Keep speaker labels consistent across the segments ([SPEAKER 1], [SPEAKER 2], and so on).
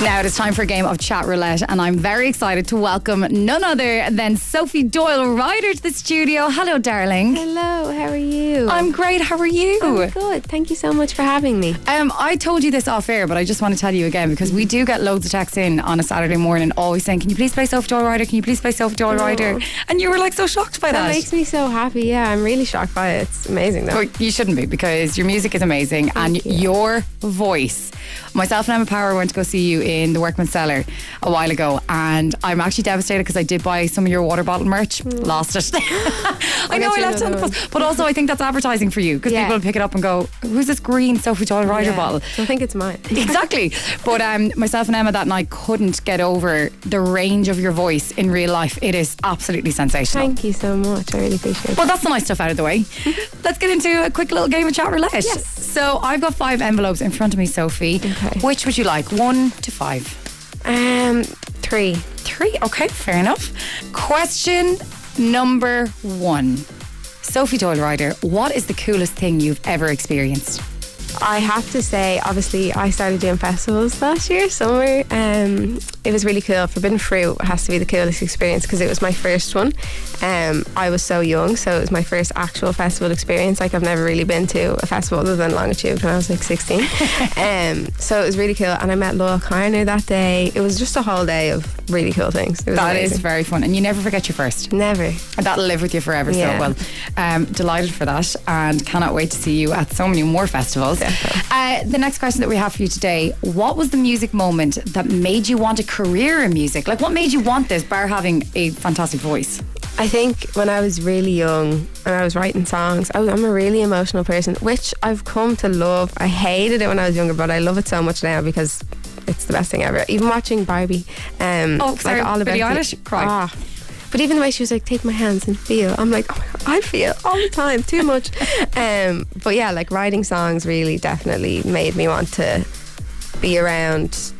[SPEAKER 1] Now it is time for a game of chat roulette, and I'm very excited to welcome none other than Sophie Doyle Ryder to the studio. Hello, darling.
[SPEAKER 2] Hello, how are you?
[SPEAKER 1] I'm great. How are you?
[SPEAKER 2] I'm good. Thank you so much for having me.
[SPEAKER 1] Um, I told you this off air, but I just want to tell you again because we do get loads of texts in on a Saturday morning, always saying, "Can you please play Sophie Doyle Ryder? Can you please play Sophie Doyle
[SPEAKER 2] Oh.
[SPEAKER 1] Ryder?" And you were like so shocked by that.
[SPEAKER 2] That makes me so happy. Yeah, I'm really shocked by it. It's amazing though.
[SPEAKER 1] But you shouldn't be because your music is amazing and
[SPEAKER 2] you.
[SPEAKER 1] your voice. Myself and Emma Power went to go see you in the Workman's Cellar a while ago, and I'm actually devastated because I did buy some of your water bottle
[SPEAKER 2] Hmm.
[SPEAKER 1] merch, lost it. I know
[SPEAKER 2] get
[SPEAKER 1] I
[SPEAKER 2] you
[SPEAKER 1] left it on the
[SPEAKER 2] another
[SPEAKER 1] bus, but also I think that's advertising for you because
[SPEAKER 2] Yeah.
[SPEAKER 1] people will pick it up and go, "Who's this green Sophie Doyle Ryder
[SPEAKER 2] Yeah.
[SPEAKER 1] bottle?"
[SPEAKER 2] I think it's mine.
[SPEAKER 1] exactly. But um, myself and Emma that night couldn't get over the range of your voice in real life. It is absolutely sensational.
[SPEAKER 2] Thank you so much. I really appreciate it.
[SPEAKER 1] Well, that's the nice stuff out of the way. Let's get into a quick little game of chat roulette.
[SPEAKER 2] Yes.
[SPEAKER 1] So I've got five envelopes in front of me, Sophie.
[SPEAKER 2] Okay.
[SPEAKER 1] Which would you like? One to five?
[SPEAKER 2] Um, three.
[SPEAKER 1] Three. Okay, fair enough. Question number one. Sophie Doyle Ryder, what is the coolest thing you've ever experienced?
[SPEAKER 2] I have to say, obviously, I started doing festivals last year, summer. Um, it was really cool. Forbidden Fruit has to be the coolest experience because it was my first one. Um, I was so young, so it was my first actual festival experience. Like, I've never really been to a festival other than Longitude when I was like 16. um, so it was really cool. And I met Laura Carner that day. It was just a whole day of really cool things. It was
[SPEAKER 1] That is
[SPEAKER 2] amazing.
[SPEAKER 1] very fun, and you never forget your first.
[SPEAKER 2] Never.
[SPEAKER 1] And that'll live with you forever. So
[SPEAKER 2] Yeah.
[SPEAKER 1] well, um, delighted for that, and cannot wait to see you at so many more festivals. Uh, the next question that we have for you today: What was the music moment that made you want a career in music? Like, what made you want this? Bar having a fantastic voice.
[SPEAKER 2] I think when I was really young and I was writing songs, I was, I'm a really emotional person, which I've come to love. I hated it when I was younger, but I love it so much now because it's the best thing ever. Even watching Barbie, um,
[SPEAKER 1] Oh, sorry, Billie
[SPEAKER 2] the-
[SPEAKER 1] Eilish? Cry.
[SPEAKER 2] Ah. But even the way she was like, take my hands and feel, I'm like, oh my God, I feel all the time, too much. um, but yeah, like writing songs really definitely made me want to be around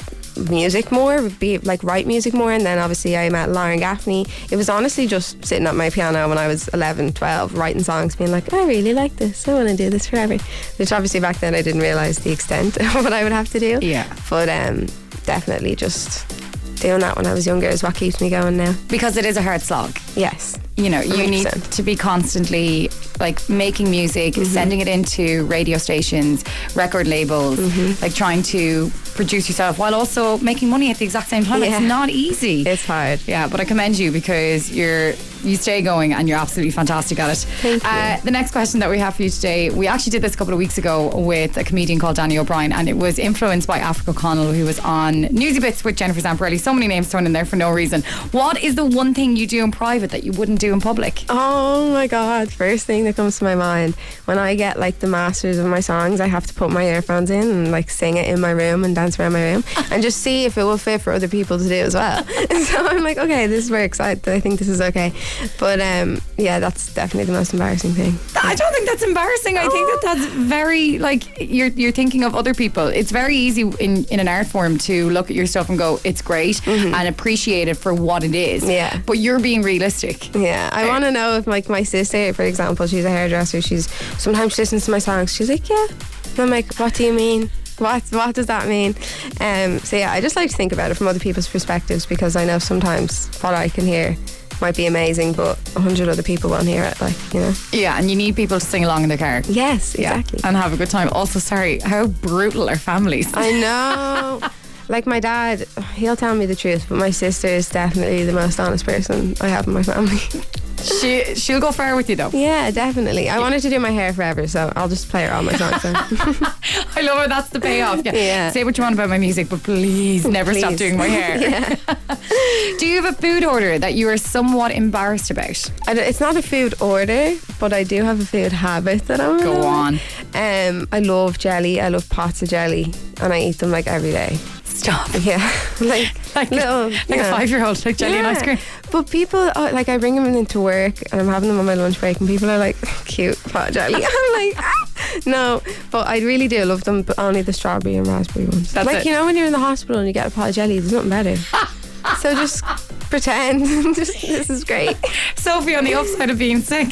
[SPEAKER 2] music more, be like write music more. And then obviously I met Lauren Gaffney. It was honestly just sitting at my piano when I was 11, 12, writing songs, being like, I really like this. I want to do this forever. Which obviously back then I didn't realize the extent of what I would have to do.
[SPEAKER 1] Yeah.
[SPEAKER 2] But um, definitely just doing that when I was younger is what keeps me going now.
[SPEAKER 1] Because it is a hard slog.
[SPEAKER 2] Yes.
[SPEAKER 1] You know, you need
[SPEAKER 2] 100%.
[SPEAKER 1] to be constantly like making music,
[SPEAKER 2] Mm-hmm.
[SPEAKER 1] sending it into radio stations, record labels,
[SPEAKER 2] Mm-hmm.
[SPEAKER 1] like trying to produce yourself while also making money at the exact same time.
[SPEAKER 2] Yeah.
[SPEAKER 1] It's not easy.
[SPEAKER 2] It's hard.
[SPEAKER 1] Yeah, but I commend you because you're you stay going and you're absolutely fantastic at it.
[SPEAKER 2] Thank you.
[SPEAKER 1] Uh, the next question that we have for you today, we actually did this a couple of weeks ago with a comedian called Danny O'Brien, and it was influenced by Africa Connell, who was on Newsy Bits with Jennifer Zamparelli. So many names thrown in there for no reason. What is the one thing you do in private that you wouldn't do in public?
[SPEAKER 2] Oh my god! First thing that comes to my mind when I get like the masters of my songs, I have to put my earphones in and like sing it in my room and dance around my room and just see if it will fit for other people to do as well. so I'm like, okay, this works. I, I think this is okay. But um, yeah, that's definitely the most embarrassing thing.
[SPEAKER 1] I don't think that's embarrassing. I think that
[SPEAKER 2] Oh.
[SPEAKER 1] that's very like you're you're thinking of other people. It's very easy in in an art form to look at your stuff and go, it's great, and appreciate it for what it is.
[SPEAKER 2] Mm-hmm. Yeah.
[SPEAKER 1] but you're being realistic.
[SPEAKER 2] Yeah, I want to know if like my sister, for example, she's a hairdresser. She's sometimes she listens to my songs. She's like, yeah. And I'm like, what do you mean? What what does that mean? Um, so yeah, I just like to think about it from other people's perspectives because I know sometimes what I can hear might be amazing, but a hundred other people won't hear it. Like you know.
[SPEAKER 1] Yeah, and you need people to sing along in their car.
[SPEAKER 2] Yes,
[SPEAKER 1] Yeah,
[SPEAKER 2] exactly.
[SPEAKER 1] and have a good time. Also, sorry, how brutal are families?
[SPEAKER 2] I know. Like my dad, he'll tell me the truth, but my sister is definitely the most honest person I have in my family.
[SPEAKER 1] she she'll go far with you though.
[SPEAKER 2] yeah, definitely. I wanted to do my hair forever, so I'll just play her all my songs. then.
[SPEAKER 1] I love her. That's the payoff. Yeah.
[SPEAKER 2] Yeah.
[SPEAKER 1] Say what you want about my music, but please never stop
[SPEAKER 2] Please.
[SPEAKER 1] doing my hair. Do you have a food order that you are somewhat embarrassed about?
[SPEAKER 2] I don't- it's not a food order, but I do have a food habit that I'm.
[SPEAKER 1] Go on.
[SPEAKER 2] Um, I love jelly. I love pots of jelly, and I eat them like every day.
[SPEAKER 1] Stop.
[SPEAKER 2] Yeah, like
[SPEAKER 1] Like,
[SPEAKER 2] little,
[SPEAKER 1] like
[SPEAKER 2] yeah.
[SPEAKER 1] a five year old, like jelly and ice cream.
[SPEAKER 2] But people are, like I bring them into work, and I'm having them on my lunch break, and people are like, "Cute pot of jelly." I'm like, ah. "No," but I really do love them, but only the strawberry and raspberry ones.
[SPEAKER 1] That's
[SPEAKER 2] like
[SPEAKER 1] it.
[SPEAKER 2] you know when you're in the hospital and you get a pot of jelly, there's nothing better. so just pretend. Just, this is great.
[SPEAKER 1] Sophie on the upside of being sick.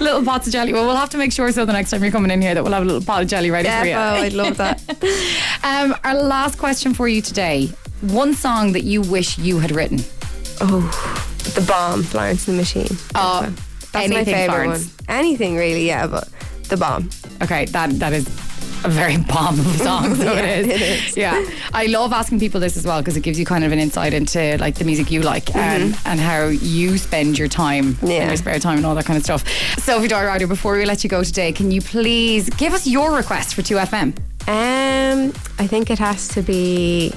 [SPEAKER 1] little pots of jelly. Well, we'll have to make sure so the next time you're coming in here that we'll have a little pot of jelly ready
[SPEAKER 2] Yeah,
[SPEAKER 1] for you.
[SPEAKER 2] oh, I'd love that.
[SPEAKER 1] Um, our last question for you today. One song that you wish you had written.
[SPEAKER 2] Oh, the bomb, Florence and the Machine.
[SPEAKER 1] Oh,
[SPEAKER 2] That's my
[SPEAKER 1] anything,
[SPEAKER 2] favorite
[SPEAKER 1] Florence.
[SPEAKER 2] one. Anything really, yeah, but the bomb.
[SPEAKER 1] Okay, that that is a very bomb of a song. So it, is.
[SPEAKER 2] it is.
[SPEAKER 1] Yeah, I love asking people this as well because it gives you kind of an insight into like the music you like and, and how you spend your time and
[SPEAKER 2] Mm-hmm. Yeah.
[SPEAKER 1] your spare time and all that kind of stuff. Sophie Dye Ryder, before we let you go today, can you please give us your request for Two FM?
[SPEAKER 2] Um, I think it has to be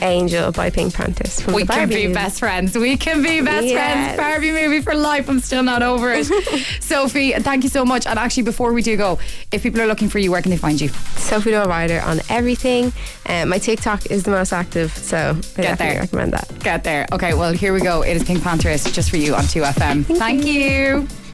[SPEAKER 2] Angel by Pink Panthers from
[SPEAKER 1] We
[SPEAKER 2] the
[SPEAKER 1] can
[SPEAKER 2] Barbie
[SPEAKER 1] be
[SPEAKER 2] movie.
[SPEAKER 1] best friends. We can be best
[SPEAKER 2] Yes.
[SPEAKER 1] friends. Barbie movie for life. I'm still not over it. Sophie, thank you so much. And actually, before we do go, if people are looking for you, where can they find you?
[SPEAKER 2] Sophie Doyle Ryder on everything. Um, my TikTok is the most active, so I
[SPEAKER 1] Get
[SPEAKER 2] definitely
[SPEAKER 1] there.
[SPEAKER 2] recommend that.
[SPEAKER 1] Get there. Okay, well, here we go. It is Pink Pantherist just for you on 2FM. Thank, you.